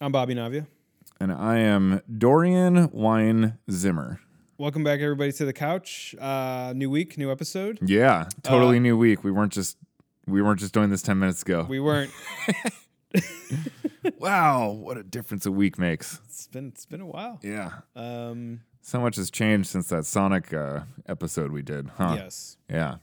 I'm Bobby Navia. And I am Dorian Wine Zimmer. Welcome back, everybody, to the couch. Uh, new week, new episode. Yeah, totally new week. We weren't just we weren't just doing this ten minutes ago. Uh, We weren't. wow, what a difference a week makes. it's been it's been a while. Yeah, Um, so much has changed since that Sonic uh, episode we did, huh? Yes. Yeah,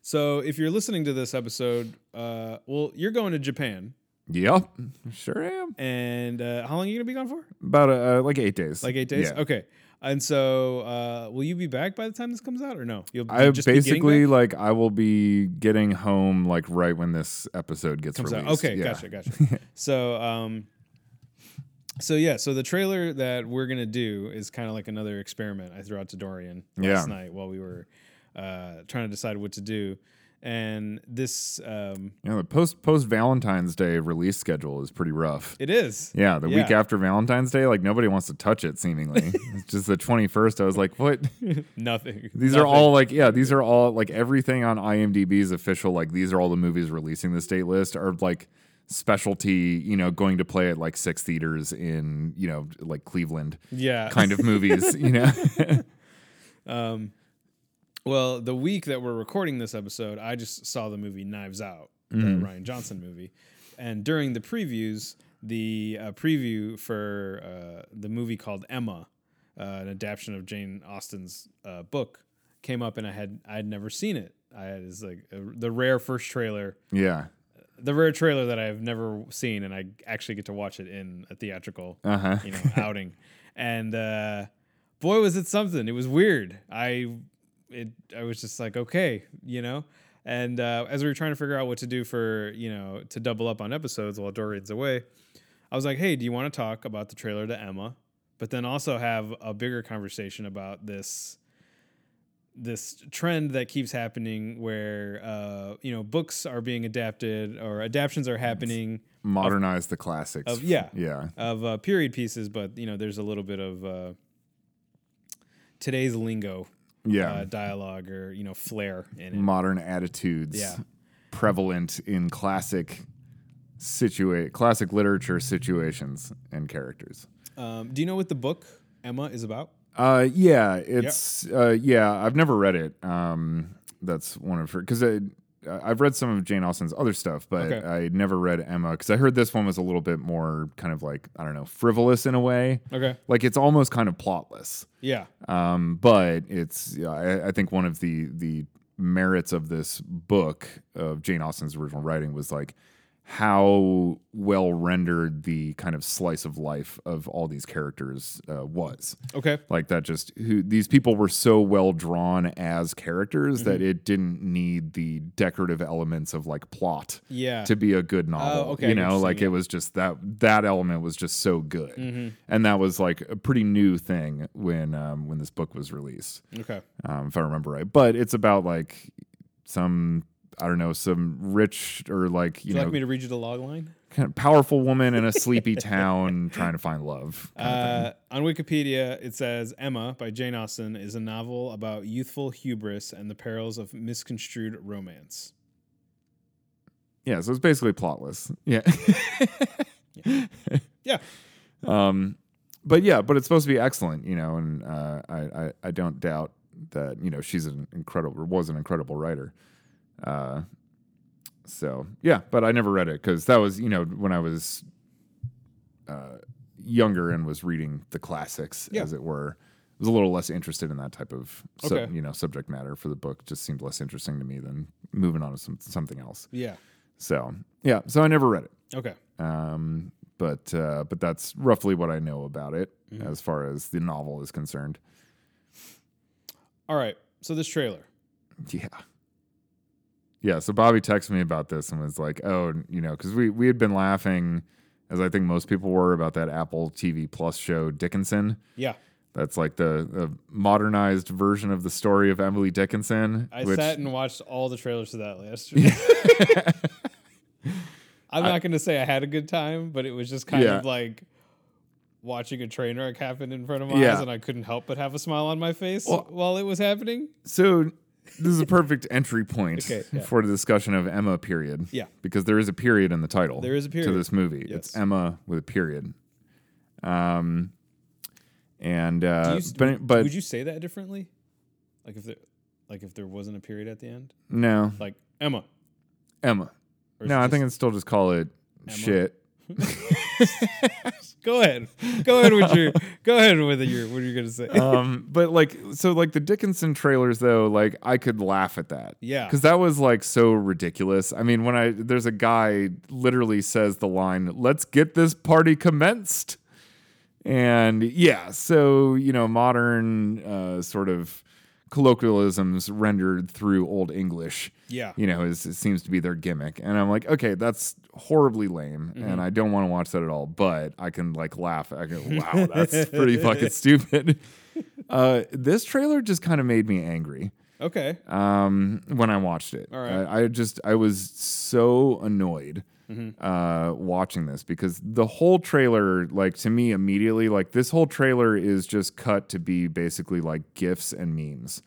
So if you're listening to this episode, uh, well, you're going to Japan, yep, sure am. and uh, how long are you gonna be gone for? About uh, like eight days. Like eight days. Yeah. Okay. And so, uh, will you be back by the time this comes out, or no? You'll I be getting basically back? like I will be getting home like right when this episode gets Comes out. released. Okay, Yeah. gotcha, gotcha. so, um, so yeah, so the trailer that we're gonna do is kind of like another experiment I threw out to Dorian last Yeah. night while we were uh, trying to decide what to do, and this um, You know, the post post Valentine's Day release schedule is pretty rough. it is. Yeah, the week Yeah. after Valentine's Day, like nobody wants to touch it. Seemingly, it's just the twenty first. I was like, what? Nothing. These are all like, yeah, these are all like everything on IMDb's official. Like, these are all the movies releasing this date list are like specialty. You know, going to play at like six theaters in you know like Cleveland yeah. kind of movies. You know, Um, well, the week that we're recording this episode, I just saw the movie Knives Out, the Ryan Johnson movie, and during the previews, the uh, preview for uh, the movie called Emma, uh, an adaptation of Jane Austen's uh, book, came up, and I had I had never seen it. I had is like a, the rare first trailer, yeah, the rare trailer that I've never seen, and I actually get to watch it in a theatrical uh huh. you know, outing. And uh, boy, was it something! It was weird. I, it, I was just like, okay, you know. And uh, as we were trying to figure out what to do for you know to double up on episodes while Dorian's away, I was like, hey, do you want to talk about the trailer to Emma, but then also have a bigger conversation about this this trend that keeps happening where uh, you know books are being adapted or adaptions are happening Modernize the classics. of- yeah. yeah, of uh, period pieces, but you know, there's a little bit of uh, today's lingo, yeah. uh, dialogue, or you know, flair in it. modern attitudes Yeah. prevalent in classic situa- classic literature situations and characters. Um, do you know what the book Emma is about? Uh, yeah, it's uh, yeah. I've never read it. Um, that's one of her because I've read some of Jane Austen's other stuff, but Okay. I never read Emma because I heard this one was a little bit more kind of like I don't know frivolous in a way. Okay, Like it's almost kind of plotless. yeah, Um, but it's yeah, I, I think one of the the merits of this book of Jane Austen's original writing was like how well rendered the kind of slice of life of all these characters uh, was. okay, Like that, just who these people were so well drawn as characters that Mm-hmm. it didn't need the decorative elements of like plot yeah, to be a good novel. Ah. Oh, okay, I You get what know, you're like saying, it was just that that element was just so good, Mm-hmm. and that was like a pretty new thing when um, when this book was released, okay, um, if I remember right. But it's about like some I don't know some rich or like Would you you know like me to read you the log line? kind of powerful woman in a sleepy town trying to find love. kind of Uh, on Wikipedia, it says Emma by Jane Austen is a novel about youthful hubris and the perils of misconstrued romance. thing. yeah, so it's basically plotless. Yeah. Yeah, Um, but yeah, but it's supposed to be excellent, you know, and uh, I, I I don't doubt that you know she's an incredible was an incredible writer. Uh, so yeah, but I never read it because that was you know when I was uh, younger and was reading the classics Yeah. as it were. I was a little less interested in that type of sub, Okay. you know subject matter for the book. Just seemed less interesting to me than moving on to some, something else. yeah, So yeah, so I never read it okay, um, but uh, but that's roughly what I know about it Mm. as far as the novel is concerned. all right. So this trailer. Yeah, yeah. So Bobby texted me about this and was like, "Oh, n- you know," because we we had been laughing, as I think most people were, about that Apple TV Plus show Dickinson. Yeah, That's like the, the modernized version of the story of Emily Dickinson. I which- sat and watched all the trailers to that last year. I'm not going to say I had a good time, but it was just kind Yeah. of like watching a train wreck happen in front of my eyes, Yeah. and I couldn't help but have a smile on my face while it was happening. So this is a perfect entry point Okay, yeah. for the discussion of Emma period. Yeah. Because there is a period in the title. There is a to period. this movie. It's Yes. Emma with a period. Um, and uh, Do you, but would, but would you say that differently? Like if there, like if there wasn't a period at the end, no, like Emma. Emma. or is no, it I just- think I'd still just call it shit. Go ahead. Go ahead with your. go ahead with your. What are you gonna say? um, but like, so like the Dickinson trailers though, like I could laugh at that. Yeah. Because that was like so ridiculous. I mean, when I there's a guy literally says the line, "Let's get this party commenced," and yeah, so you know, modern uh, sort of colloquialisms rendered through old English yeah. you know, is it seems to be their gimmick. And I'm like, okay, that's horribly lame, and I don't want to watch that at all. But I can like laugh. I go, wow, that's pretty fucking stupid. Uh, this trailer just kind of made me angry Okay. um, when I watched it. All right. I, I just I was so annoyed Mm-hmm. uh, watching this because the whole trailer, like to me, immediately like this whole trailer is just cut to be basically like gifs and memes.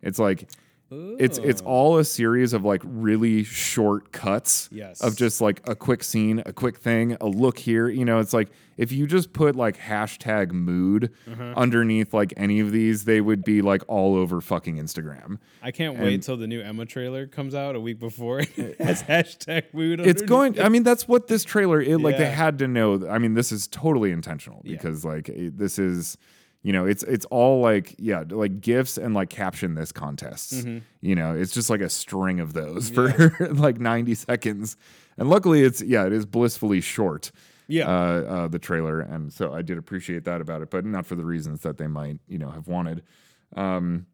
It's like it's it's Ooh. all a series of like really short cuts Yes. of just like a quick scene, a quick thing, a look here. You know, it's like if you just put like hashtag mood Mm-hmm. underneath like any of these, they would be like all over fucking Instagram. I can't wait till the new Emma trailer comes out a week before. it has hashtag mood. It's underneath. going. I mean, that's what this trailer. It like they Yeah. had to know. th- I mean, this is totally intentional because like it, this is, you know, it's it's all like yeah, like gifts and like caption this contests. You know, it's just like a string of those for like ninety seconds, and luckily it's yeah, it is blissfully short. Yeah. Uh, uh, the trailer, and so I did appreciate that about it, but not for the reasons that they might you know have wanted. Um,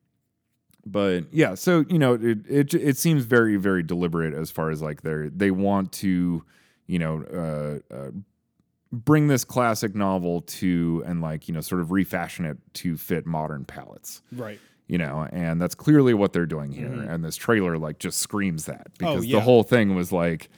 but yeah, so you know, it it it seems very very deliberate as far as like they're they want to, you know, uh, uh, bring this classic novel to and like you know sort of refashion it to fit modern palates, right. you know, and that's clearly what they're doing here. And this trailer like just screams that because Mm-hmm. Oh, yeah. the whole thing was like.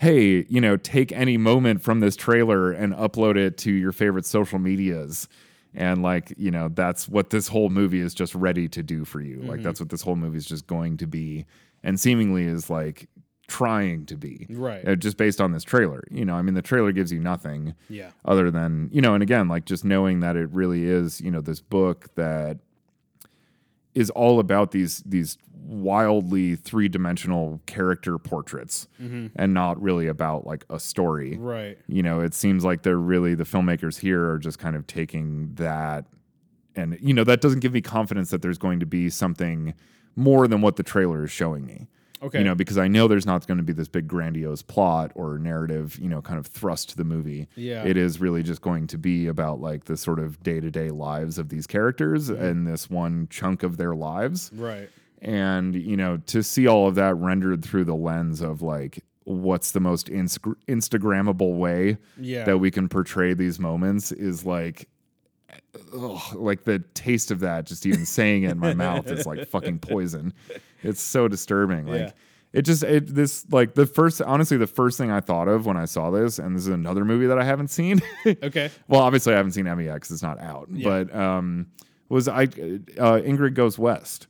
Hey, you know, take any moment from this trailer and upload it to your favorite social medias. And like, you know, that's what this whole movie is just ready to do for you. Mm-hmm. Like that's what this whole movie is just going to be and seemingly is like trying to be. Right. Uh, just based on this trailer. You know, I mean the trailer gives you nothing Yeah. other than, you know, and again, like just knowing that it really is, you know, this book that is all about these these wildly three-dimensional character portraits and not really about like a story Right. you know, it seems like they're really the filmmakers here are just kind of taking that and you know, that doesn't give me confidence that there's going to be something more than what the trailer is showing me. Okay. You know, because I know there's not going to be this big grandiose plot or narrative, you know, kind of thrust to the movie. Yeah. It is really just going to be about like the sort of day-to-day lives of these characters Mm-hmm. and this one chunk of their lives right. and you know to see all of that rendered through the lens of like what's the most ins- instagrammable way Yeah. that we can portray these moments is like ugh, like the taste of that just even saying it in my mouth is like fucking poison it's so disturbing like Yeah. it just it this like the first honestly the first thing i thought of when i saw this and this is another movie that i haven't seen okay. well obviously i haven't seen mex it's not out but um was i uh ingrid goes west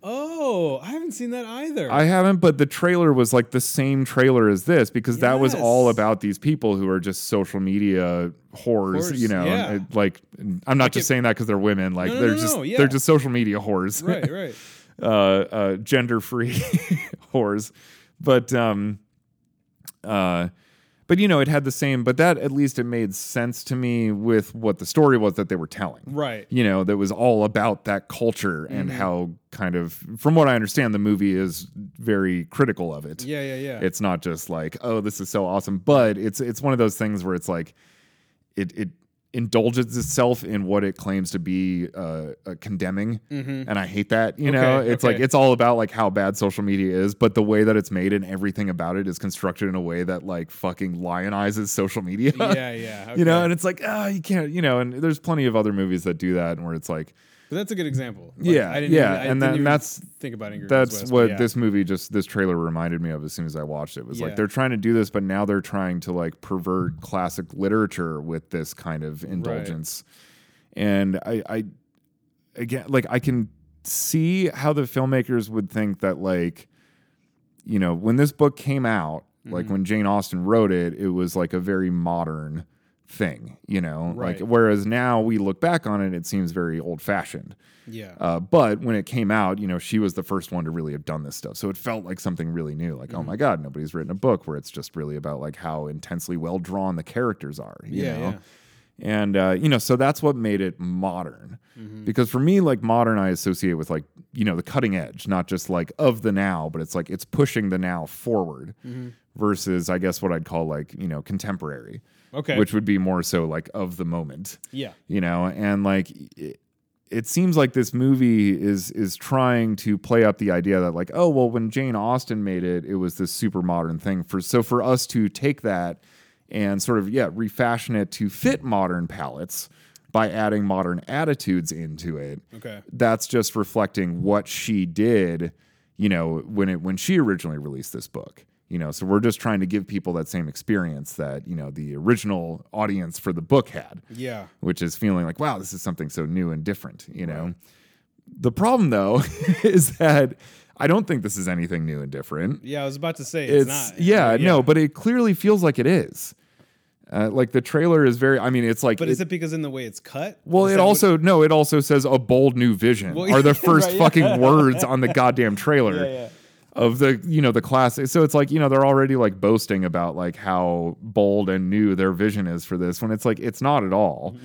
Oh, I haven't seen that either. I haven't, but the trailer was like the same trailer as this because that was Yes. all about these people who are just social media whores, Whores, you know. yeah. and it- like, I'm not just saying that because they're women. Like, No, no, they're no, just no, yeah. they're just social media whores, right. Right. uh, uh, gender free whores. But um, uh, but you know, it had the same. But that at least it made sense to me with what the story was that they were telling Right. you know, that was all about that culture and Mm-hmm. how kind of, from what I understand, the movie is very critical of it. Yeah. Yeah. Yeah. It's not just like, oh, this is so awesome, but it's it's one of those things where it's like, it it indulges itself in what it claims to be uh, uh, condemning, Mm-hmm. and I hate that. You know, Okay, it's like okay. it's all about like how bad social media is, but the way that it's made and everything about it is constructed in a way that like fucking lionizes social media yeah. Yeah. you know, okay. and it's like, ah, you can't, you know, and there's plenty of other movies that do that, and where it's like, But that's a good example. Like, Yeah, I didn't yeah, Even, I and didn't that- even that's- think about Ingrid. that's West, but what yeah. this movie just this trailer reminded me of as soon as I watched it. Was Yeah. like they're trying to do this, but now they're trying to like pervert classic literature with this kind of indulgence, and I, I, again, like I can see how the filmmakers would think that like you Mm-hmm. know, when this book came out, like when Jane Austen wrote it, it was like a very modern thing, you know. Right. Like whereas now we look back on it, it seems very old fashioned. Yeah. Uh, but when it came out, you know, she was the first one to really have done this stuff. So it felt like something really new. Like, oh my Mm-hmm. God, nobody's written a book where it's just really about like how intensely well drawn the characters are. You Yeah, know? yeah. And uh, you know, so that's what made it modern. Mm-hmm. Because for me, like modern, I associate with like you know the cutting edge, not just like of the now, but it's like it's pushing the now forward. Mm-hmm. Versus, I guess what I'd call like you know contemporary, okay. uh, which would be more so like of the moment yeah. you know and like it, it seems like this movie is is trying to play up the idea that like oh well when jane austen made it it was this super modern thing for so for us to take that and sort of yeah refashion it to fit modern palettes by adding modern attitudes into it Okay. that's just reflecting what she did you know when it when she originally released this book you know so we're just trying to give people that same experience that you know the original audience for the book had Yeah. which is feeling like, wow, this is something so new and different, you know? The problem, though, is that I don't think this is anything new and different. Yeah. I was about to say It's, it's, not. yeah, no, but it clearly feels like it is. Uh, like the trailer is very, I mean, it's like, But it- is it because in the way it's cut? well, Is it that what- also, no, it also says a bold new vision Well, are the first right, yeah. fucking words on the goddamn trailer Yeah, yeah. of the you know the classic so it's like you know they're already like boasting about like how bold and new their vision is for this when it's like it's not at all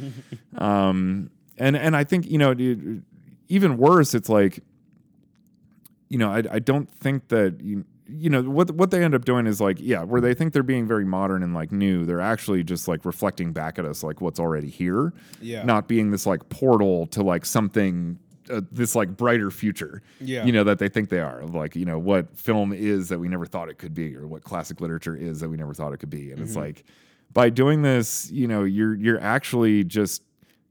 um and and i think you know dude, even worse it's like you know i, I don't think that you, you know what what they end up doing is like yeah where they think they're being very modern and like new they're actually just like reflecting back at us like what's already here Yeah. not being this like portal to like something uh, this like brighter future Yeah. you know that they think they are like you know what film is that we never thought it could be or what classic literature is that we never thought it could be and Mm-hmm. it's like by doing this you know you're you're actually just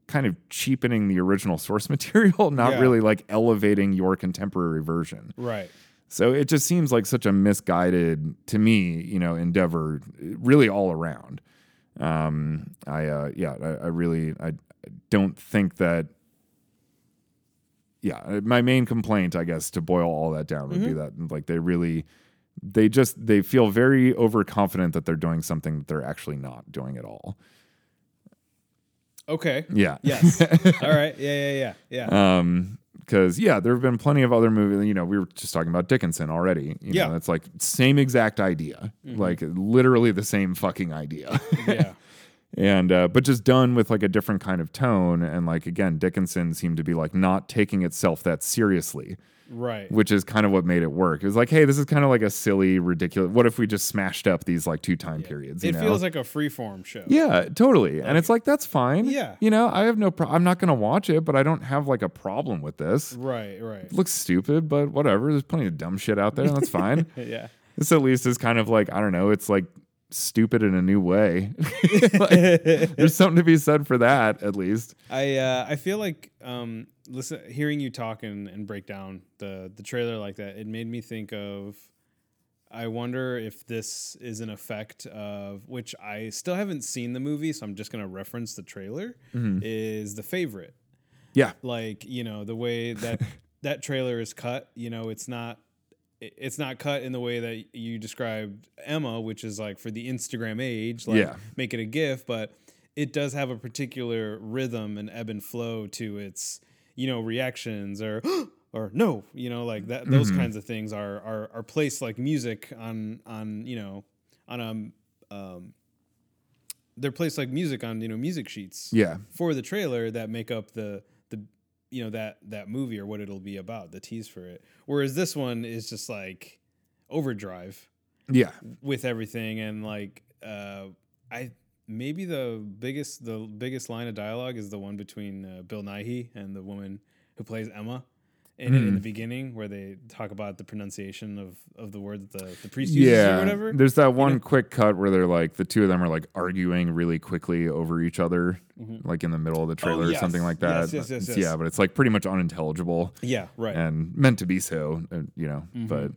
kind of cheapening the original source material not Yeah. really like elevating your contemporary version Right. so it just seems like such a misguided, to me, you know, endeavor, really all around. Um, I uh, yeah, I, I really I I don't think that. Yeah, uh, my main complaint, I guess, to boil all that down would be that like they really, they just they feel very overconfident that they're doing something that they're actually not doing at all. Okay. Yeah. Yes. All right. Yeah. Yeah. Yeah. Yeah. Um, because yeah, there have been plenty of other movies. You know, we were just talking about Dickinson already. You Yeah. Mm-hmm. know, it's like same exact idea, like literally the same fucking idea, yeah. and uh, but just done with like a different kind of tone. And like again, Dickinson seemed to be like not taking itself that seriously, Right. which is kind of what made it work. It was like, hey, this is kind of like a silly, ridiculous. What if we just smashed up these like two time periods? You It know? feels like a freeform show. Yeah, totally. and it's like that's fine. Yeah. You know, I have no pro- I'm not going to watch it, but I don't have like a problem with this. Right. Right. It looks stupid, but whatever. There's plenty of dumb shit out there. That's fine. Yeah. this at least is kind of like, I don't know, it's like stupid in a new way. Like, there's something to be said for that, at least. I uh, I feel like um, listen, hearing you talk and, and break down the the trailer like that, it made me think of. I wonder if this is an effect of which I still haven't seen the movie, so I'm just gonna reference the trailer. Is the favorite Mm-hmm. Yeah. like you know the way that that trailer is cut? You know, it's not it- it's not cut in the way that you described Emma, which is like for the Instagram age, like Yeah. make it a GIF, but it does have a particular rhythm and ebb and flow to its, you know, reactions or or no, you know, like that those kinds of things are are are placed like music on on, you know, on a um they're placed like music on, you know, music sheets Yeah. for the trailer that make up the the you know that that movie or what it'll be about the tease for it whereas this one is just like overdrive Yeah. with everything and like uh i maybe the biggest the biggest line of dialogue is the one between uh, bill nighy and the woman who plays emma in, it in the beginning where they talk about the pronunciation of of the word that the, the priest uses Yeah. or whatever There's that one quick cut where they're like, the two of them are like arguing really quickly over each other, like in the middle of the trailer or Mm-hmm. Oh, yes. something like that. Yes, yes, yes, It's- yes. Yeah, but it's like pretty much unintelligible. yeah right Mm-hmm. and meant to be so, uh, you know. But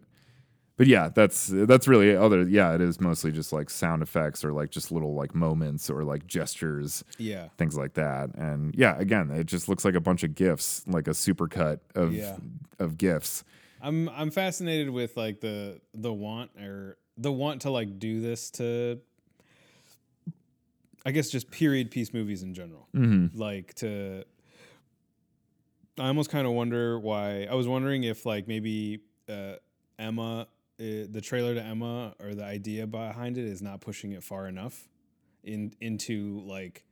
but yeah, that's that's really other. Yeah, it is mostly just like sound effects or like just little like moments or like gestures, yeah things like that. And yeah, again, it just looks like a bunch of gifs, like a supercut of Yeah. of gifs. I'm I'm fascinated with like the the want or the want to like do this to I guess just period piece movies in general. Mm-hmm. Like to I almost kind of wonder why I was wondering if like maybe uh Emma uh, the trailer to Emma or the idea behind it is not pushing it far enough in into like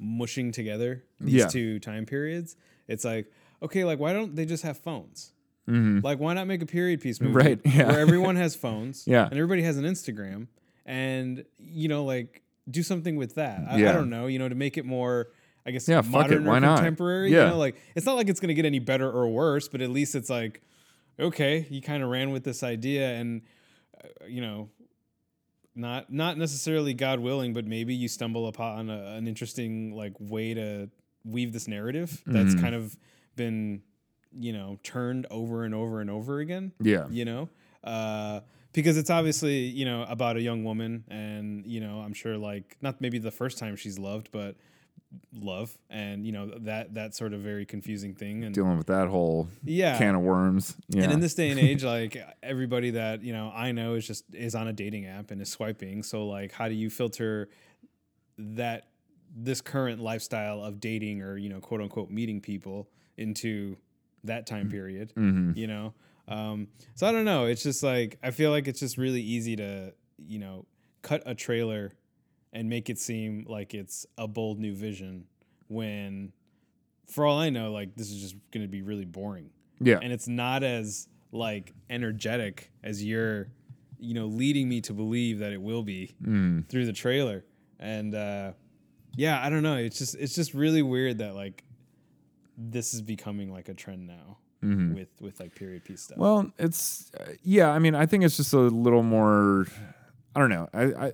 mushing together these Yeah. two time periods. It's like okay, like why don't they just have phones? Mm-hmm. Like why not make a period piece movie Right, yeah. where everyone has phones Yeah. and everybody has an Instagram and you know like do something with that. I, I Yeah. don't know, you know, to make it more I guess Yeah, fuck it, modern why or not? contemporary. You Yeah. know, like it's not like it's gonna get any better or worse, but at least it's like, okay, you kind of ran with this idea, and uh, you know, not not necessarily God willing, but maybe you stumble upon a, an interesting like way to weave this narrative that's kind of been you know turned over and over and over again Yeah. you know uh, because it's obviously you know about a young woman and you know i'm sure like not maybe the first time she's loved but love and you know that that sort of very confusing thing and Dealing with that whole yeah can of worms. Yeah. and in this day and age like everybody that you know i know is just is on a dating app and is swiping so like how do you filter that this current lifestyle of dating or you know quote unquote meeting people into that time period Mhm. you know um, so i don't know it's just like i feel like it's just really easy to you know cut a trailer and make it seem like it's a bold new vision when for all i know like this is just going to be really boring yeah. and it's not as like energetic as you're you know leading me to believe that it will be Mm. through the trailer and uh yeah i don't know it's just it's just really weird that like this is becoming like a trend now with with like period piece stuff Mm-hmm. Well, it's uh, yeah. I mean, I think it's just a little more. I don't know. I, I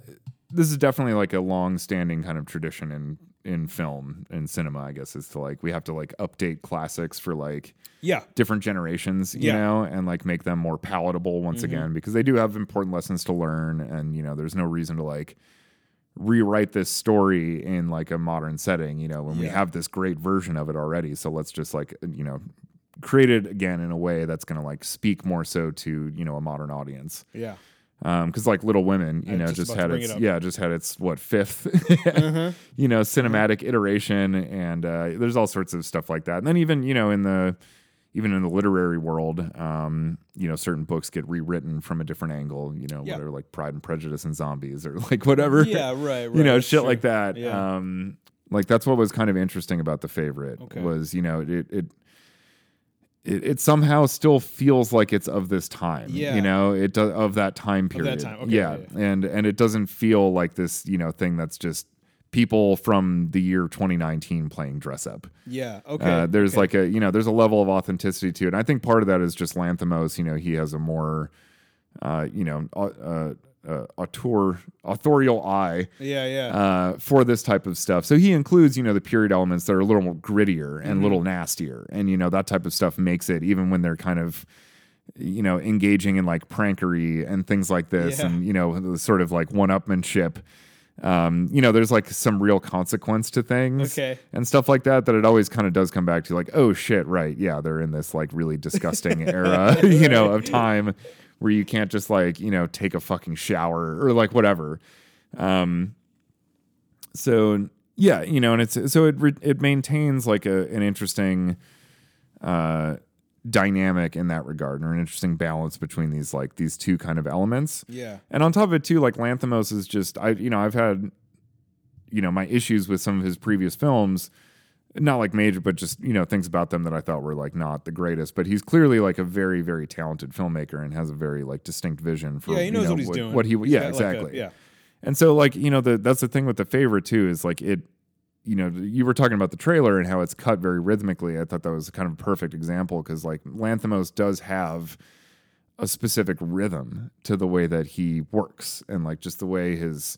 this is definitely like a long-standing kind of tradition in in film and cinema. I guess is to like we have to like update classics for like yeah different generations, you Yeah. Mm-hmm. know, and like make them more palatable once again because they do have important lessons to learn, and you know, there's no reason to like rewrite this story in like a modern setting, you know, when we Yeah. have this great version of it already. So let's just like uh, you know create it again in a way that's going to like speak more so to you know a modern audience yeah because like Little Women, you was know, just just, about to had bring its it up. yeah, just had its what 5th you know, cinematic iteration, and uh, there's all sorts of stuff like that. And then even you know in the even in the literary world, um, you know, certain books get rewritten from a different angle. You know, Yeah. whether like Pride and Prejudice and zombies or like whatever. yeah right, right you know, shit sure. like that. Yeah. Um, like that's what was kind of interesting about the favorite Okay. was you know it. it it, it somehow still feels like it's of this time, Yeah. you know, it does of that time period. time, okay, yeah. yeah, and and it doesn't feel like this, you know, thing that's just people from the year 2019 playing dress up. yeah okay Uh, there's okay. like a you know there's a level of authenticity to it. And I think part of that is just Lanthimos. You know, he has a more uh, you know au- uh, uh, auteur authorial eye yeah yeah uh, for this type of stuff. So he includes, you know, the period elements that are a little more grittier Mm-hmm. and a little nastier. And, you know, that type of stuff makes it, even when they're kind of, you know, engaging in like prankery and things like this Yeah. and, you know, the sort of like one upmanship. Um, you know, there's like some real consequence to things Okay. and stuff like that that it always kind of does come back to like, oh shit, right. Yeah, they're in this like really disgusting era, you know, of time where you can't just like, you know, take a fucking shower or like whatever Um, so yeah you know and it's so it re- it maintains like a an interesting uh dynamic in that regard or an interesting balance between these like these two kind of elements yeah and on top of it too like lanthimos is just i you know i've had you know my issues with some of his previous films not like major but just you know things about them that i thought were like not the greatest but he's clearly like a very very talented filmmaker and has a very like distinct vision for yeah he knows you know, what he's doing what he He's yeah got, like, a- exactly yeah and so, like, you know, the that's the thing with the favorite too, is like it, you know, you were talking about the trailer and how it's cut very rhythmically. I thought that was kind of a perfect example because like Lanthimos does have a specific rhythm to the way that he works and like just the way his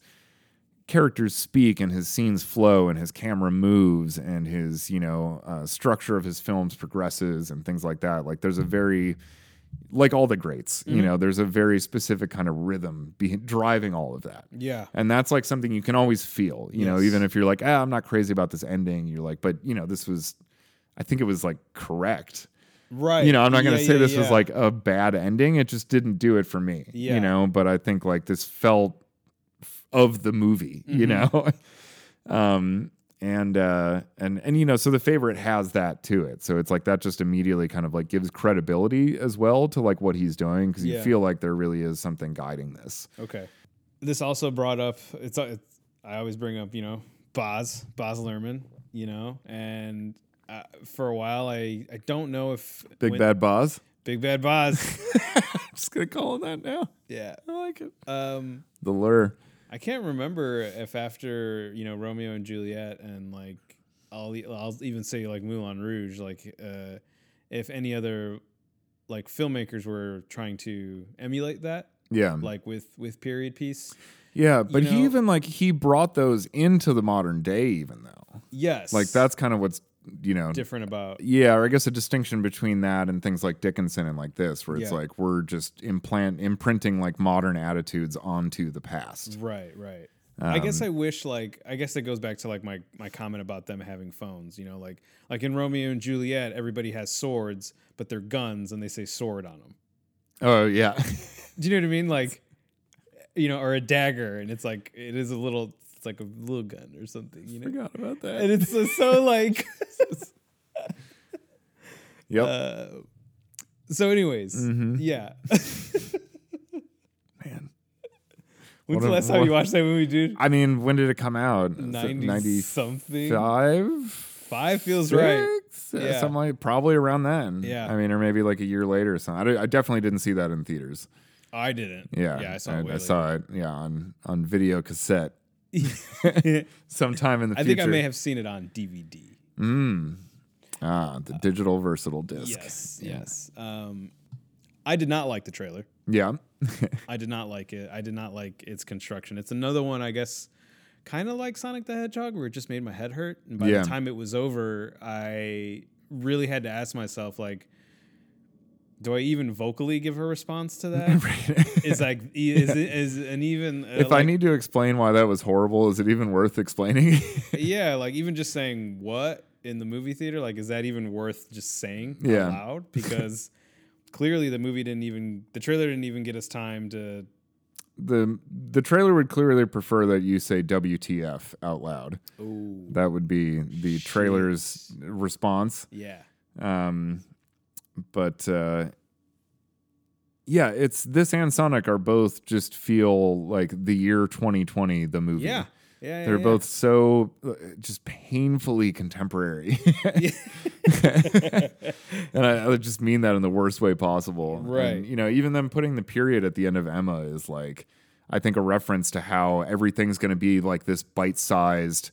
characters speak and his scenes flow and his camera moves and his you know uh, structure of his films progresses and things like that like there's a very like all the greats you know there's a very specific kind of rhythm be- driving all of that yeah and that's like something you can always feel, you know, Yes. even if you're like, ah, I'm not crazy about this ending. You're like, but you know, this was, I think it was like correct. right You know, I'm not going to Yeah, say yeah, this was yeah. like a bad ending. It just didn't do it for me, Yeah. Mm-hmm. you know, but I think like this felt f- of the movie, you know? Um, and uh, and and you know, so the favorite has that to it. So it's like that just immediately kind of like gives credibility as well to like what he's doing because Yeah. you feel like there really is something guiding this. Okay. This also brought up it's, uh, it's I always bring up, you know, Boz, Boz Lerman, you know, and uh, for a while I I don't know if Big when- bad Boz. Big Bad Boz. I'm just gonna call him that now. yeah. I like it. Um The lure. I can't remember if after, you know, Romeo and Juliet and like I'll e- I'll even say like Moulin Rouge like uh if any other like filmmakers were trying to emulate that Yeah. like with with period piece. Yeah, but know- he even like he brought those into the modern day, even though Yes. like that's kind of what's you know different about yeah, or I guess a distinction between that and things like Dickinson and like this, where it's Yeah. like we're just implant imprinting like modern attitudes onto the past. Right, right. I guess Um, I wish like I guess that goes back to like my my comment about them having phones, you know, like like in Romeo and Juliet everybody has swords, but they're guns and they say sword on them. Oh yeah, Do you know what I mean? Like you know, or a dagger and it's like it is a little it's like a little gun or something, you know. forgot about And it's so, so like Yep. uh, so anyways, Mhm. yeah. Man. When's What the a- last time you watched that movie, dude? I mean, when did it come out? 90 something. 95? 5 feels right. Six? Yeah. Uh, Something like probably around then. Yeah. I mean, or maybe like a year later or something. I, d- I definitely didn't see that in theaters. I didn't. Yeah. Yeah, I saw it. way I, later. saw it, yeah, on, on video cassette sometime in the I future. think I may have seen it on DVD. Mm. Ah, the digital versatile disc. Yes, yes. Um, I did not like the trailer. Yeah. I did not like it. I did not like its construction. It's another one, I guess, kind of like Sonic the Hedgehog, where it just made my head hurt. And by Yeah. the time it was over, I really had to ask myself, like, do I even vocally give a response to that? Is like, e- is it is an even uh, if I like- need to explain why that was horrible, is it even worth explaining? yeah, like even just saying what in the movie theater, like is that even worth just saying Yeah. out loud? Because clearly the movie didn't even the trailer didn't even get us time to the the trailer would clearly prefer that you say WTF out loud. Oh That would be the trailer's response. yeah. Um, but uh, yeah, it's this and Sonic are both just feel like the year 2020, the movie. Yeah. Yeah. yeah, They're yeah. both so uh, just painfully contemporary. and I, I just mean that in the worst way possible. And, Right. you know, even them putting the period at the end of Emma is like, I think, a reference to how everything's going to be like this bite sized,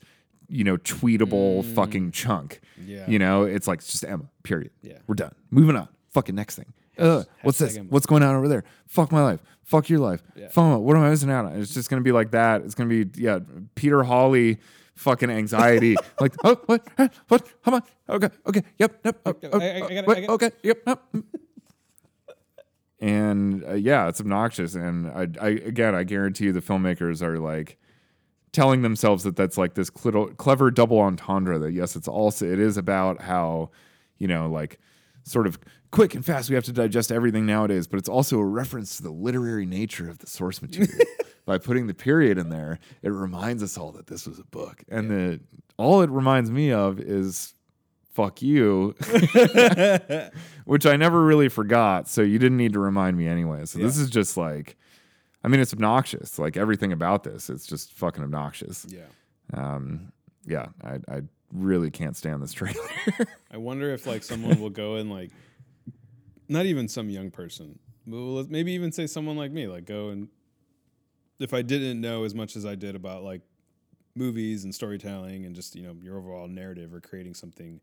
you know, tweetable Mm. fucking chunk. Yeah. You know, it's like, it's just Emma, period. Yeah. We're done. Moving on. Fucking next thing. Ugh, what's hashtag this? Emma. What's going on over there? Fuck my life. Fuck your life. Yeah. FOMO. What am I missing out on? It's just gonna be like that. It's gonna be yeah, Peter Hawley fucking anxiety. like oh what Huh? what come on okay okay yep yep oh, I- oh, I- I got it, what? I got it. okay yep yep. and uh, yeah, it's obnoxious. And I, I again, I guarantee you, the filmmakers are like telling themselves that that's like this clittle- clever double entendre that yes it's also it is about how you know like sort of quick and fast we have to digest everything nowadays but it's also a reference to the literary nature of the source material by putting the period in there it reminds us all that this was a book and the all it reminds me of is fuck you which i never really forgot so you didn't need to remind me anyway so this is just like I mean, it's obnoxious. Like everything about this, it's just fucking obnoxious. Yeah. Um, yeah, I, I really can't stand this trailer. I wonder if like someone will go and like not even some young person. Well, maybe even say someone like me, like go and if I didn't know as much as I did about like movies and storytelling and just you know your overall narrative or creating something,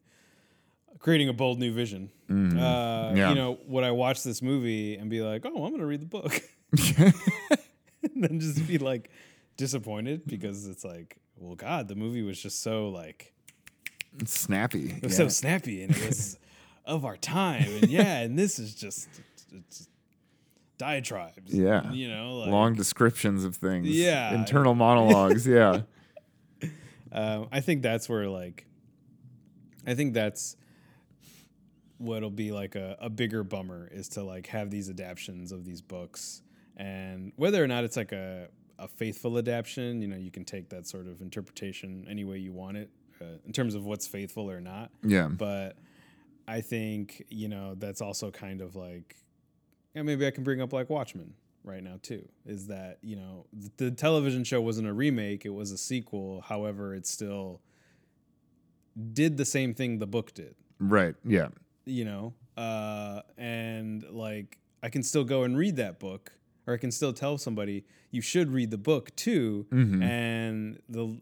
creating a bold new vision. Uh, Yeah. You know, would I watch this movie and be like, oh, I'm gonna read the book, and then just be like disappointed because it's like, well, God, the movie was just so like it's snappy. it was yeah. so snappy and it was of our time and yeah and this is just it's diatribes Yeah. you know like Long descriptions of things. Yeah. Internal monologues. yeah. um, i think that's where like i think that's what'll be like a, a bigger bummer is to like have these adaptions of these books and whether or not it's like a a faithful adaptation. You know, you can take that sort of interpretation any way you want it uh, in terms of what's faithful or not. Yeah. But I think you know that's also kind of like, and maybe I can bring up like Watchmen right now too. Is that you know th- the television show wasn't a remake; it was a sequel. However, it still did the same thing the book did Right. Yeah. you know uh and like i can still go and read that book or i can still tell somebody you should read the book too Mhm. and the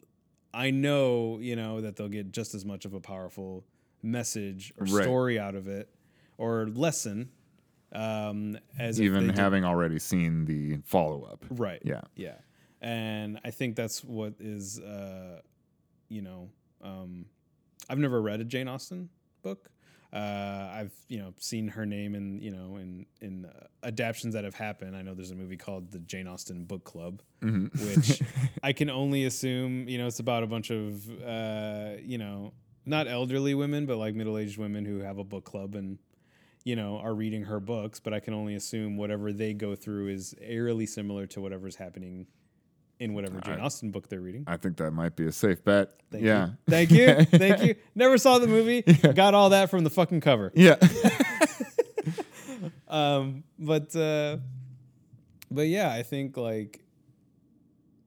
i know you know that they'll get just as much of a powerful message or Right. story out of it or lesson um as if Even they did- having already seen the follow up. right Yeah. yeah and i think that's what is uh you know um i've never read a jane austen book uh i've you know seen her name in you know in in uh, adaptions that have happened i know there's a movie called the jane austen book club Mhm. which i can only assume you know it's about a bunch of uh you know not elderly women but like middle-aged women who have a book club and you know, are reading her books, but I can only assume whatever they go through is eerily similar to whatever's happening in whatever Jane Austen book they're reading. I think that might be a safe bet. Thank yeah. you. Thank you. Thank you. Never saw the movie. Got all that from the fucking cover. Yeah. Um, but uh, but yeah, I think like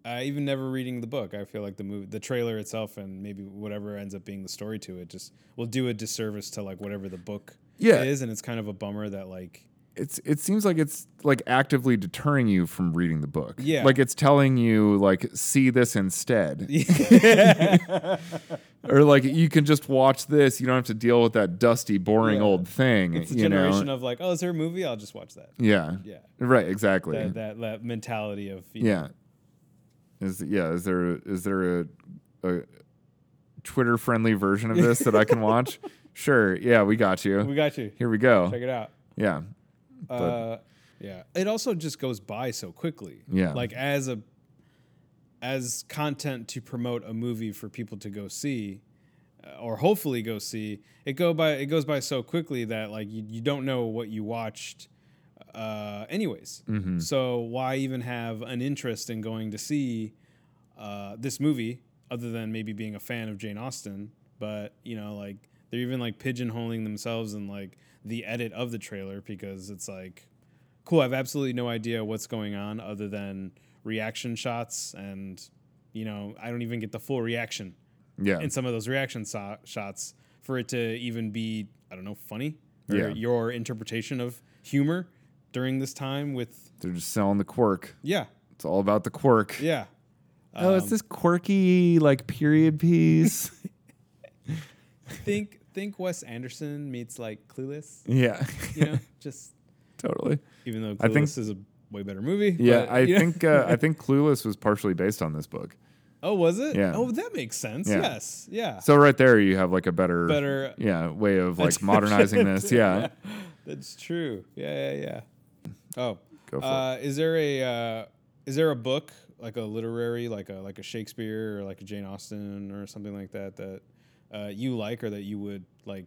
I even never reading the book, I feel like the movie, the trailer itself, and maybe whatever ends up being the story to it, just will do a disservice to like whatever the book Yeah. is, and it's kind of a bummer that like it's it seems like it's like actively deterring you from reading the book. Yeah. Like it's telling you like see this instead. or like you can just watch this. You don't have to deal with that dusty, boring Yeah. old thing. it's a you know? generation of like, oh, is there a movie? I'll just watch that. Yeah. Yeah. Right, exactly. That, that, that mentality of you know, yeah. Is yeah, is there is there a, a Twitter friendly version of this that I can watch? Sure. Yeah, we got you. we got you. Here we go. Check it out. Yeah. Uh, yeah. It also just goes by so quickly. Yeah. Like as a as content to promote a movie for people to go see uh, or hopefully go see, it go by it goes by so quickly that like you, you don't know what you watched uh anyways. Mm-hmm. Hmm. So why even have an interest in going to see uh, this movie other than maybe being a fan of Jane Austen, but you know, like they're even like pigeonholing themselves in like the edit of the trailer because it's like, cool, I have absolutely no idea what's going on other than reaction shots and you know, I don't even get the full reaction Yeah. in some of those reaction so- shots for it to even be, I don't know, funny or Yeah. your interpretation of humor during this time with, They're just selling the quirk. yeah, It's all about the quirk. yeah. Oh, it's this quirky like period piece. Think, think Wes Anderson meets like Clueless. yeah, you know, just totally. even though I think- Clueless is a way better movie. Yeah, but, I you know- think uh, I think Clueless was partially based on this book. Oh, was it? Yeah. Oh, that makes sense. Yeah. Yes. Yeah. So right there, you have like a better, Better- yeah, way of like modernizing this. Yeah, That's true. Yeah, yeah, yeah. Oh, Go for uh, is there a uh, is there a book like a literary like a like a Shakespeare or like a Jane Austen or something like that that uh, you like or that you would like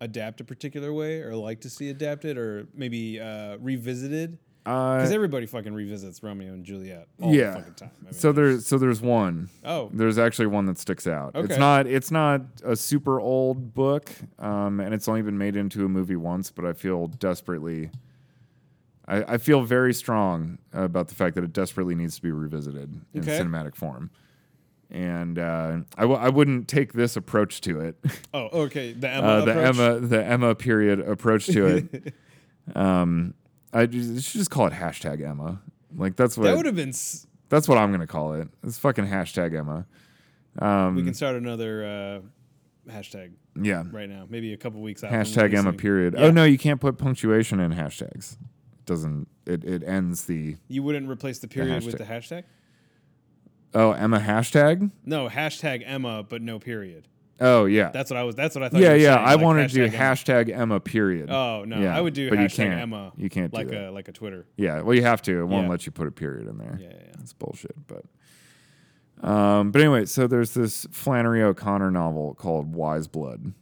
adapt a particular way or like to see adapted or maybe uh, revisited? Because Uh, everybody fucking revisits Romeo and Juliet all Yeah. the fucking time. I mean, so there's so there's one. oh, There's actually one that sticks out. It's Okay. not it's not a super old book, um, and it's only been made into a movie once. But I feel desperately, I, I feel very strong about the fact that it desperately needs to be revisited in Okay. cinematic form. And uh, I w- I wouldn't take this approach to it, oh, okay. The Emma. uh, the approach. Emma the Emma period approach to it. um, I ju- you should just call it hashtag Emma. Like that's That what would have been. S- that's what I'm gonna call it. It's fucking hashtag Emma. we um, can start another uh, hashtag Yeah. right now. Maybe a couple weeks out. from Hashtag Emma releasing. period. Yeah. Oh no, you can't put punctuation in hashtags. It doesn't it, it ends the You wouldn't replace the period with hashtag. the hashtag. oh Emma hashtag? No hashtag Emma, but no period. Oh yeah. That's what I was. That's what I thought. you yeah, were yeah. saying, I like, wanted to do hashtag Emma. hashtag Emma period. Oh no, Yeah, I would do but you hashtag can't. Emma. You can't do like a that. like a Twitter. Yeah. Well you have to. It won't Yeah. let you put a period in there. Yeah, yeah, yeah. That's bullshit, but um, but anyway, so there's this Flannery O'Connor novel called Wise Blood.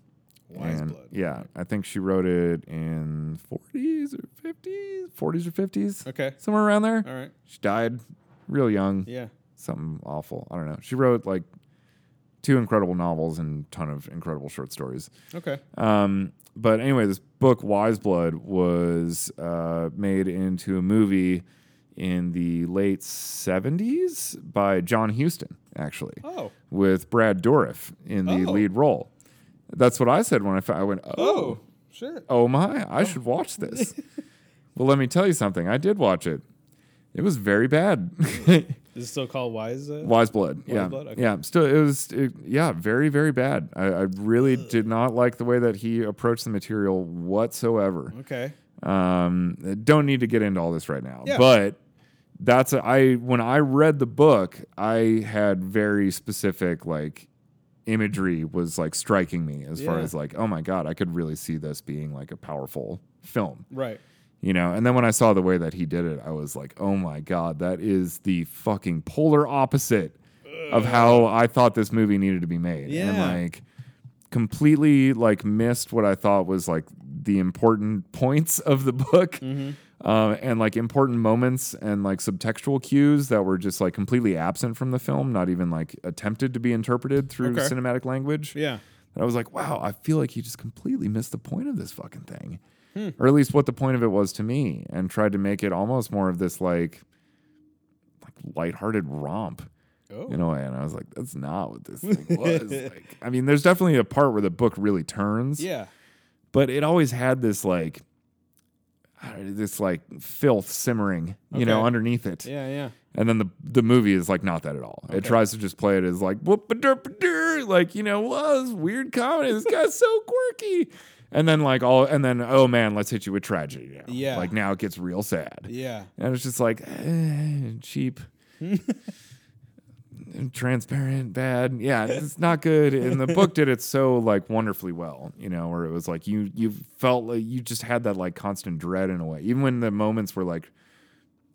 Wise And, blood. Yeah, I think she wrote it in 40s or 50s, 40s or 50s, Okay. somewhere around there. All right. She died real young. Yeah. Something awful. I don't know. She wrote like two incredible novels and ton of incredible short stories. Okay. Um, but anyway, this book Wise Blood was uh, made into a movie in the late '70s by John Huston, actually, Oh. with Brad Dourif in the Oh. lead role. That's what I said when I found. I went, Oh. Shit. oh my, I should watch this. well, let me tell you something. I did watch it. It was very bad. Is it still called Wise? Uh, Wise Blood. yeah. Blood? Okay. Yeah. Still, it was, it, yeah, very, very bad. I, I really did not like the way that he approached the material whatsoever. okay. Um, don't need to get into all this right now, Yeah. but that's a, I when I read the book, I had very specific like imagery was like striking me as far Yeah. as like oh my god, I could really see this being like a powerful film, Right. you know. And then when I saw the way that he did it, I was like, oh my god, that is the fucking polar opposite of how I thought this movie needed to be made, and Yeah. like completely like missed what I thought was like the important points of the book Mm-hmm. uh, and like important moments and like subtextual cues that were just like completely absent from the film, not even like attempted to be interpreted through Okay. cinematic language. Yeah. And I was like, wow, I feel like he just completely missed the point of this fucking thing. Hmm. Or at least what the point of it was to me, and tried to make it almost more of this like like lighthearted romp Oh. in a way. And I was like, that's not what this thing was. like, I mean, there's definitely a part where the book really turns, Yeah. but it always had this like, I don't know, this like filth simmering, you know, Okay. underneath it. Yeah. Yeah. And then the the movie is like not that at all. It Okay. tries to just play it as like whoop a derp like you know, whoa, this weird comedy. This guy's so quirky. And then like all and then oh man, let's hit you with tragedy. Now. Yeah. like now it gets real sad. Yeah. And it's just like eh, cheap, transparent, bad. Yeah, it's not good. And the book did it so like wonderfully well, you know, where it was like you you felt like you just had that like constant dread in a way. Even when the moments were like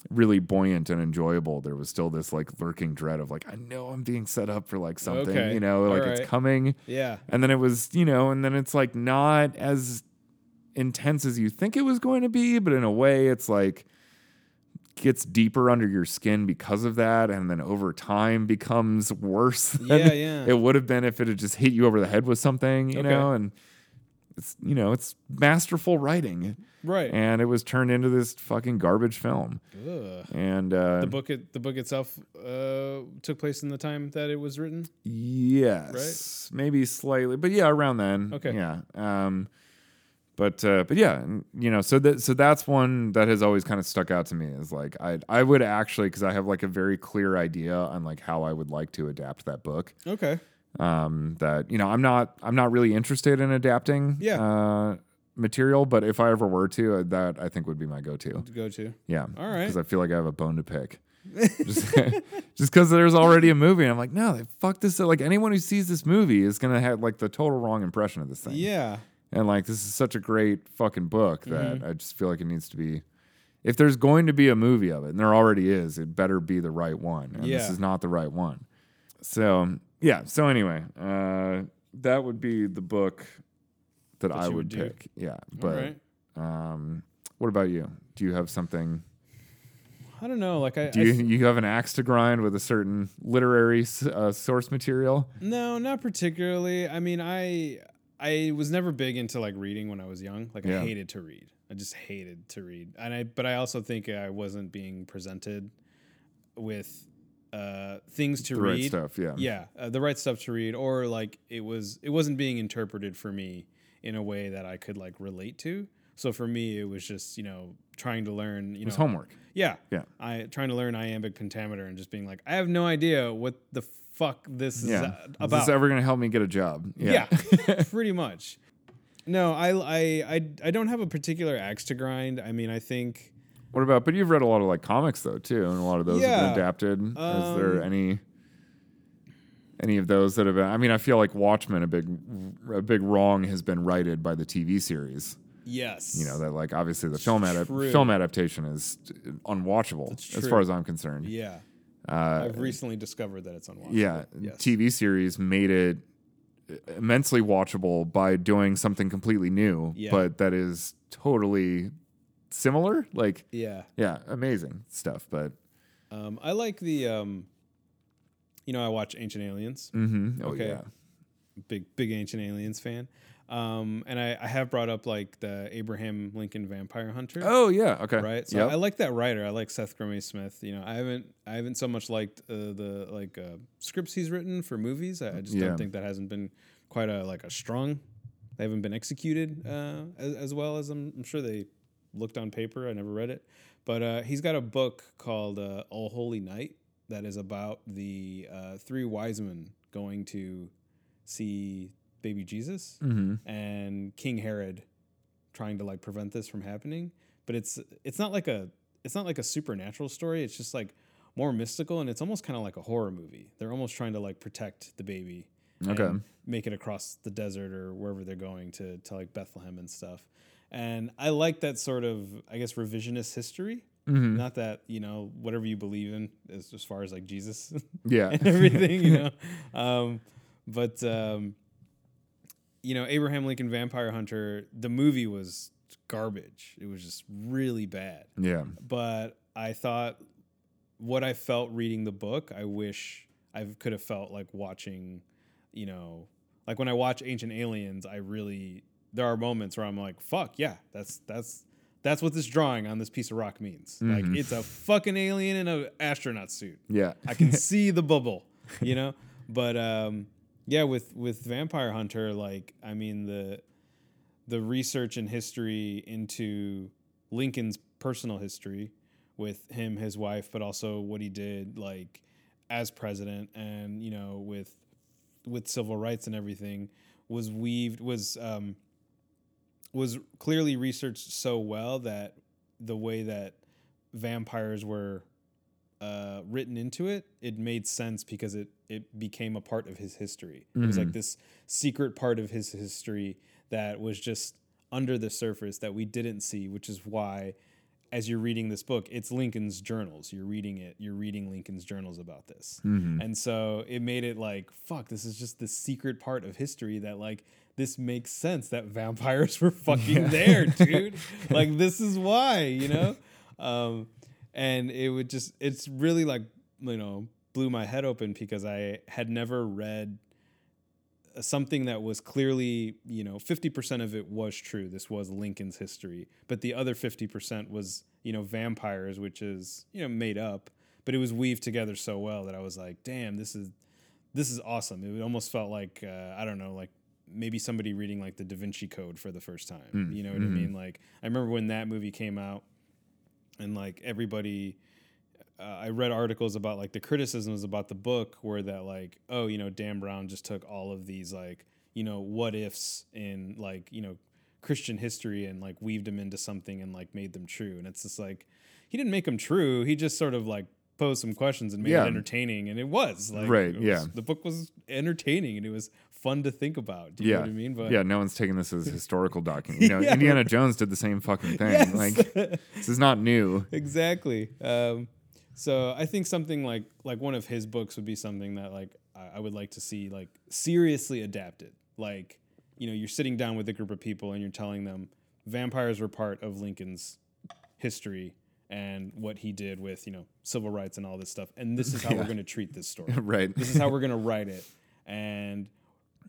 really buoyant and enjoyable, there was still this like lurking dread of like I know I'm being set up for like something, Okay. you know, All like it's right. coming. Yeah. And then it was, you know, and then it's like not as intense as you think it was going to be, but in a way it's like gets deeper under your skin because of that and then over time becomes worse than Yeah, yeah. it would have been if it had just hit you over the head with something, you Okay. know, and it's you know, it's masterful writing Right. and it was turned into this fucking garbage film. Ugh. And uh The book. It, the book itself uh, took place in the time that it was written. Yes, maybe slightly, but yeah, around then. Okay. Yeah. Um, but uh, but yeah, and, you know, so that so that's one that has always kind of stuck out to me is like I I would actually because I have like a very clear idea on like how I would like to adapt that book. Okay. Um, that you know I'm not I'm not really interested in adapting. Yeah. Uh, material, but if I ever were to, uh, that I think would be my go-to. To go to. Yeah. All right. Because I feel like I have a bone to pick. just because there's already a movie, and I'm like, no, they fucked this. Up. Like anyone who sees this movie is gonna have like the total wrong impression of this thing. Yeah. And like this is such a great fucking book that Mm-hmm. I just feel like it needs to be. If there's going to be a movie of it, and there already is, it better be the right one. And this Yeah. is not the right one. So yeah. So anyway, uh, that would be the book that, I you would would do. pick. Yeah. All But right. um, what about you? Do you have something? I don't know. Like I. Do I you you have an axe to grind with a certain literary s- uh, source material? No, not particularly. I mean, I I was never big into like reading when I was young. Like Yeah. I hated to read. I just hated to read. And I but I also think I wasn't being presented with uh things to The read. right stuff. Yeah. Yeah, uh, the right stuff to read or like it was it wasn't being interpreted for me in a way that I could like relate to. So for me it was just, you know, trying to learn, you It was know, homework. yeah. Yeah. I trying to learn iambic pentameter and just being like, I have no idea what the fuck this is Yeah. uh, Is about. this ever going to help me get a job? Yeah, pretty much. No, I, I I I don't have a particular axe to grind. I mean, I think what about? But you've read a lot of like comics though too, and a lot of those have Yeah. been adapted. is Um, there any? Any of those that have been? I mean, I feel like Watchmen, a big, a big wrong has been righted by the TV series. yes. You know that, like, obviously the film True. adap- film adaptation is unwatchable as true. far as I'm concerned. Yeah, Uh, I've recently discovered that it's unwatchable. yeah, Yes. TV series made it immensely watchable by doing something completely new, Yeah. but that is totally similar. Like, yeah. yeah, amazing stuff. But Um, I like the, um, you know, I watch Ancient Aliens. Mm-hmm. Oh Okay. yeah. Big big Ancient Aliens fan. Um, and I, I have brought up like the Abraham Lincoln Vampire Hunter. Oh yeah. Okay. Right, so Yep. I like that writer. I like Seth Gromey Smith. You know, I haven't, I haven't so much liked uh, the like uh, scripts he's written for movies. I, I just Yeah. don't think that hasn't been quite a like a strong. They haven't been executed uh, as, as well as I'm, I'm sure they looked on paper. I never read it, but uh, he's got a book called uh, All Holy Night that is about the uh, three wise men going to see baby Jesus mm-hmm. and King Herod trying to like prevent this from happening. But it's it's not like a it's not like a supernatural story. It's just like more mystical and it's almost kind of like a horror movie. They're almost trying to like protect the baby. and Okay. Make it across the desert or wherever they're going to to like Bethlehem and stuff. And I like that sort of I guess revisionist history. Mm-hmm. Not that, you know, whatever you believe in as, as far as like Jesus Yeah. and everything, you know. Um, but um, you know, Abraham Lincoln Vampire Hunter, the movie was garbage. It was just really bad. yeah. But I thought what I felt reading the book, I wish I could have felt like watching, you know, like when I watch Ancient Aliens, I really there are moments where I'm like, fuck, yeah, that's that's that's what this drawing on this piece of rock means. Like it's a fucking alien in an astronaut suit. Yeah. I can see the bubble, you know. But um, yeah, with with Vampire Hunter, like I mean the the research and history into Lincoln's personal history with him, his wife, but also what he did like as president, and you know with with civil rights and everything was weaved was um, was clearly researched so well that the way that vampires were uh, written into it, it made sense because it it became a part of his history. It was like this secret part of his history that was just under the surface that we didn't see, which is why as you're reading this book, it's Lincoln's journals. You're reading it, you're reading Lincoln's journals about this. Mm-hmm. And so it made it like, fuck, this is just the secret part of history that like this makes sense that vampires were fucking there, dude. like this is why, you know? Um and it would just it's really like, you know, blew my head open because I had never read something that was clearly, you know, 50% of it was true. This was Lincoln's history, but the other 50% was, you know, vampires, which is, you know, made up, but it was weaved together so well that I was like, damn, this is, this is awesome. It almost felt like, uh, I don't know, like maybe somebody reading like the Da Vinci Code for the first time. You know what I mean? Like, I remember when that movie came out and like everybody, uh, I read articles about like the criticisms about the book were that like, oh, you know, Dan Brown just took all of these like, you know, what ifs in like, you know, Christian history and like weaved them into something and like made them true. And it's just like he didn't make them true. He just sort of like posed some questions and made Yeah. it entertaining. And it was like Right, it was- yeah. The book was entertaining and it was fun to think about. Do you yeah. know what I mean? But yeah, no one's taking this as historical document. You know, Yeah. Indiana Jones did the same fucking thing. Yes. Like this is not new. exactly. Um, so I think something like like one of his books would be something that like I, I would like to see like seriously adapted. Like you know, you're sitting down with a group of people and you're telling them vampires were part of Lincoln's history and what he did with you know civil rights and all this stuff, and this is how we're going to treat this story Right. this is how we're gonna write it and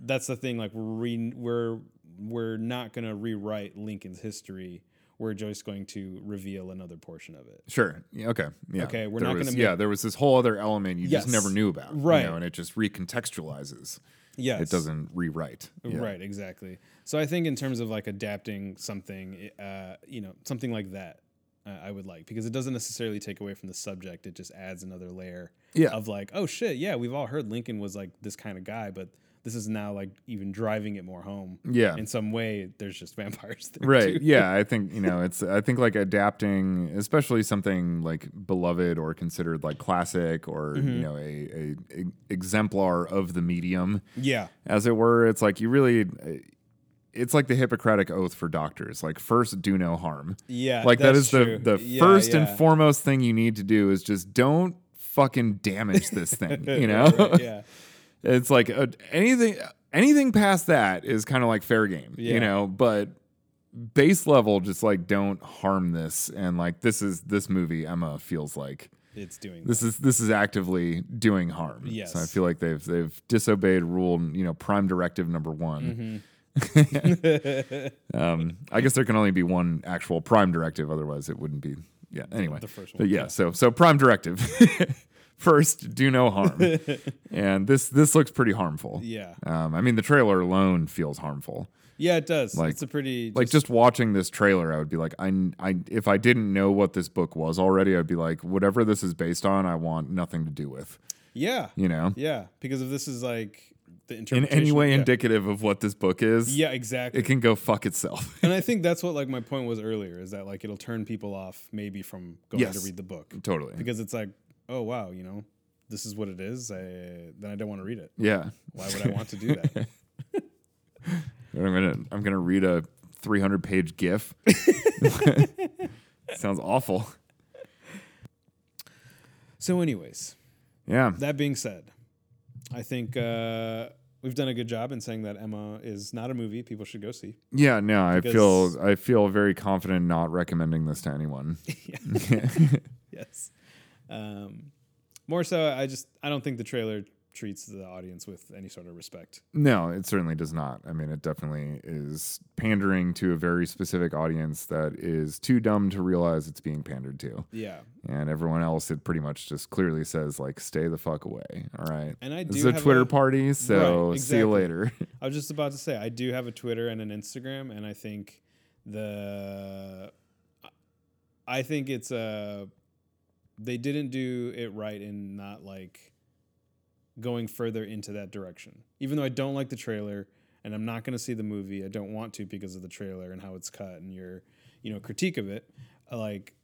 that's the thing like we're re- we're we're not gonna rewrite lincoln's history we're just going to reveal another portion of it Sure. Yeah, okay. Yeah. Okay, we're There not was- gonna Yeah, there was this whole other element you just Yes. never knew about. you Right. know, and it just recontextualizes. yes It doesn't rewrite. Yeah. Right, exactly. So I think in terms of like adapting something, uh, you know, something like that, uh, I would like because it doesn't necessarily take away from the subject. It just adds another layer Yeah. of like, oh shit, yeah, we've all heard Lincoln was like this kind of guy, but this is now like even driving it more home. Yeah. in some way, there's just vampires. There right too. yeah i think you know it's i think like adapting especially something like beloved or considered like classic or Mm-hmm. you know a, a, a exemplar of the medium Yeah. as it were it's like you really eh, it's like the hippocratic oath for doctors like first do no harm Yeah. like that that's is true. the the Yeah, first and yeah. foremost thing you need to do is just don't fucking damage this thing you know Right, yeah. it's like uh anything anything past that is kind of like fair game you Yeah. know but base level just like don't harm this and like this is this movie emma feels like it's doing. this is this is actively doing harm. So I Yes. feel like they've they've disobeyed rule, you know, prime directive number one. Mm-hmm. um, I guess there can only be one actual prime directive, otherwise it wouldn't be. Yeah. Anyway, The first but one, yeah, so so prime directive. First, do no harm, and this this looks pretty harmful. yeah, Um, I mean, the trailer alone feels harmful. yeah, it does. Like- it's a pretty Like just watching this trailer, I would be like, I, I, if I didn't know what this book was already, I'd be like, whatever this is based on, I want nothing to do with. yeah, You know, yeah. Because if this is like the in interpretation, any way yeah. indicative of what this book is, Yeah, exactly. it can go fuck itself. and I think that's what like my point was earlier is that like it'll turn people off maybe from going to Yes. read the book totally. because it's like, oh wow, you know, this is what it is. I, then I don't want to read it. yeah. Why would I want to do that? I'm gonna I'm gonna read a 300 page GIF. Sounds awful. so, anyways, Yeah. that being said, I think uh, we've done a good job in saying that Emma is not a movie people should go see. Yeah. No, I Because- feel I feel very confident not recommending this to anyone. Yes. Um, more so, I just I don't think the trailer treats the audience with any sort of respect. No, it certainly does not. I mean, it definitely is pandering to a very specific audience that is too dumb to realize it's being pandered to. Yeah. And everyone else, it pretty much just clearly says, like, stay the fuck away. All right. And I this do is a have Twitter a- party, so Right, see you exactly. later. I was just about to say I do have a Twitter and an Instagram, and I think the I think it's uh they didn't do it right in not like going further into that direction. Even though I don't like the trailer and I'm not going to see the movie, I don't want to because of the trailer and how it's cut and your you know critique of it. uh, Like,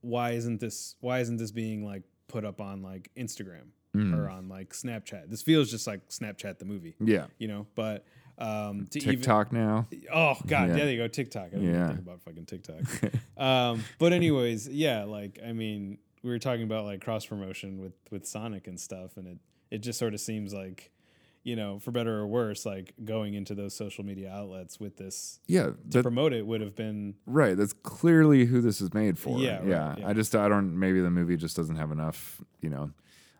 why isn't this why isn't this being like put up on like Instagram Hmm. or um, on like Snapchat? This feels just like Snapchat the movie yeah. you know. But um, to TikTok now. even oh god, Yeah. yeah. there you go, TikTok. I didn't Yeah. yeah. think about fucking TikTok. um, but anyways, yeah, like I mean, we were talking about like cross promotion with with Sonic and stuff, and it it just sort of seems like you know, for better or worse, like going into those social media outlets with this Yeah. to that- promote it would have been right. That's clearly who this is made for. Yeah, right, yeah. I just, I don't, maybe the movie just doesn't have enough, you know.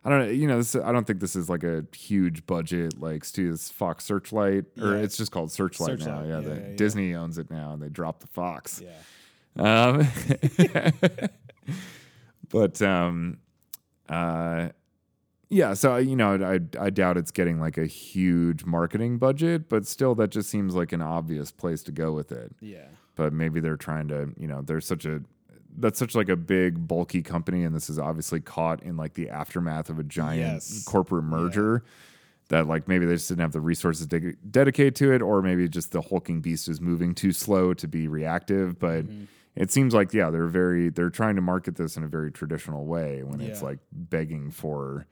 I don't, you know, this, I don't think this is like a huge budget, like stu- this Fox Searchlight, or Yeah. it's just called Searchlight, now. Searchlight, Yeah, yeah, the, yeah, yeah. Disney owns it now, and they dropped the Fox. yeah. Um, but um, uh, yeah, so you know, I I doubt it's getting like a huge marketing budget, but still, that just seems like an obvious place to go with it. Yeah, But maybe they're trying to, you know, there's such a that's such like a big bulky company, and this is obviously caught in like the aftermath of a giant Yes. corporate merger. That like maybe they just didn't have the resources to dedicate to it, or maybe just the hulking beast is moving too slow to be reactive. But Mm-hmm. it seems like yeah, they're very they're trying to market this in a very traditional way when it's Yeah. like begging for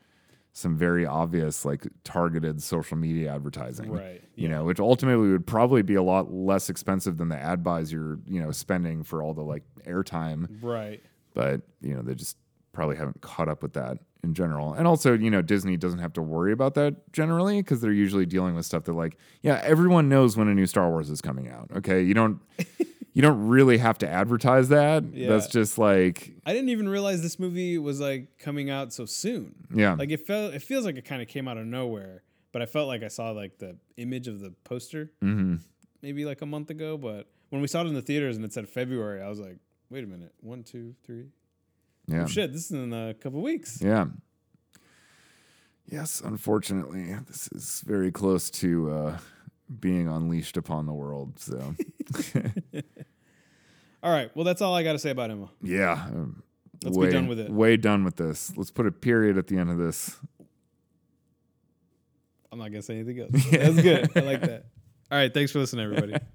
some very obvious like targeted social media advertising, Right, You know, which ultimately would probably be a lot less expensive than the ad buys you're you know spending for all the like airtime right. but you know they just probably haven't caught up with that in general and also you know disney doesn't have to worry about that generally because they're usually dealing with stuff that like yeah everyone knows when a new star wars is coming out okay you don't you don't really have to advertise that that's Yeah. just like I didn't even realize this movie was like coming out so soon. yeah like it felt it feels like it kind of came out of nowhere but i felt like i saw like the image of the poster Mhm. maybe like a month ago but when we saw it in the theaters and it said february i was like wait a minute one two three yeah oh, shit this is in a couple weeks yeah yes unfortunately this is very close to uh being unleashed upon the world so all right well that's all i got to say about emma yeah I'm Let's be done with it. way done with this let's put a period at the end of this i'm not gonna say anything else that's good i like that all right thanks for listening everybody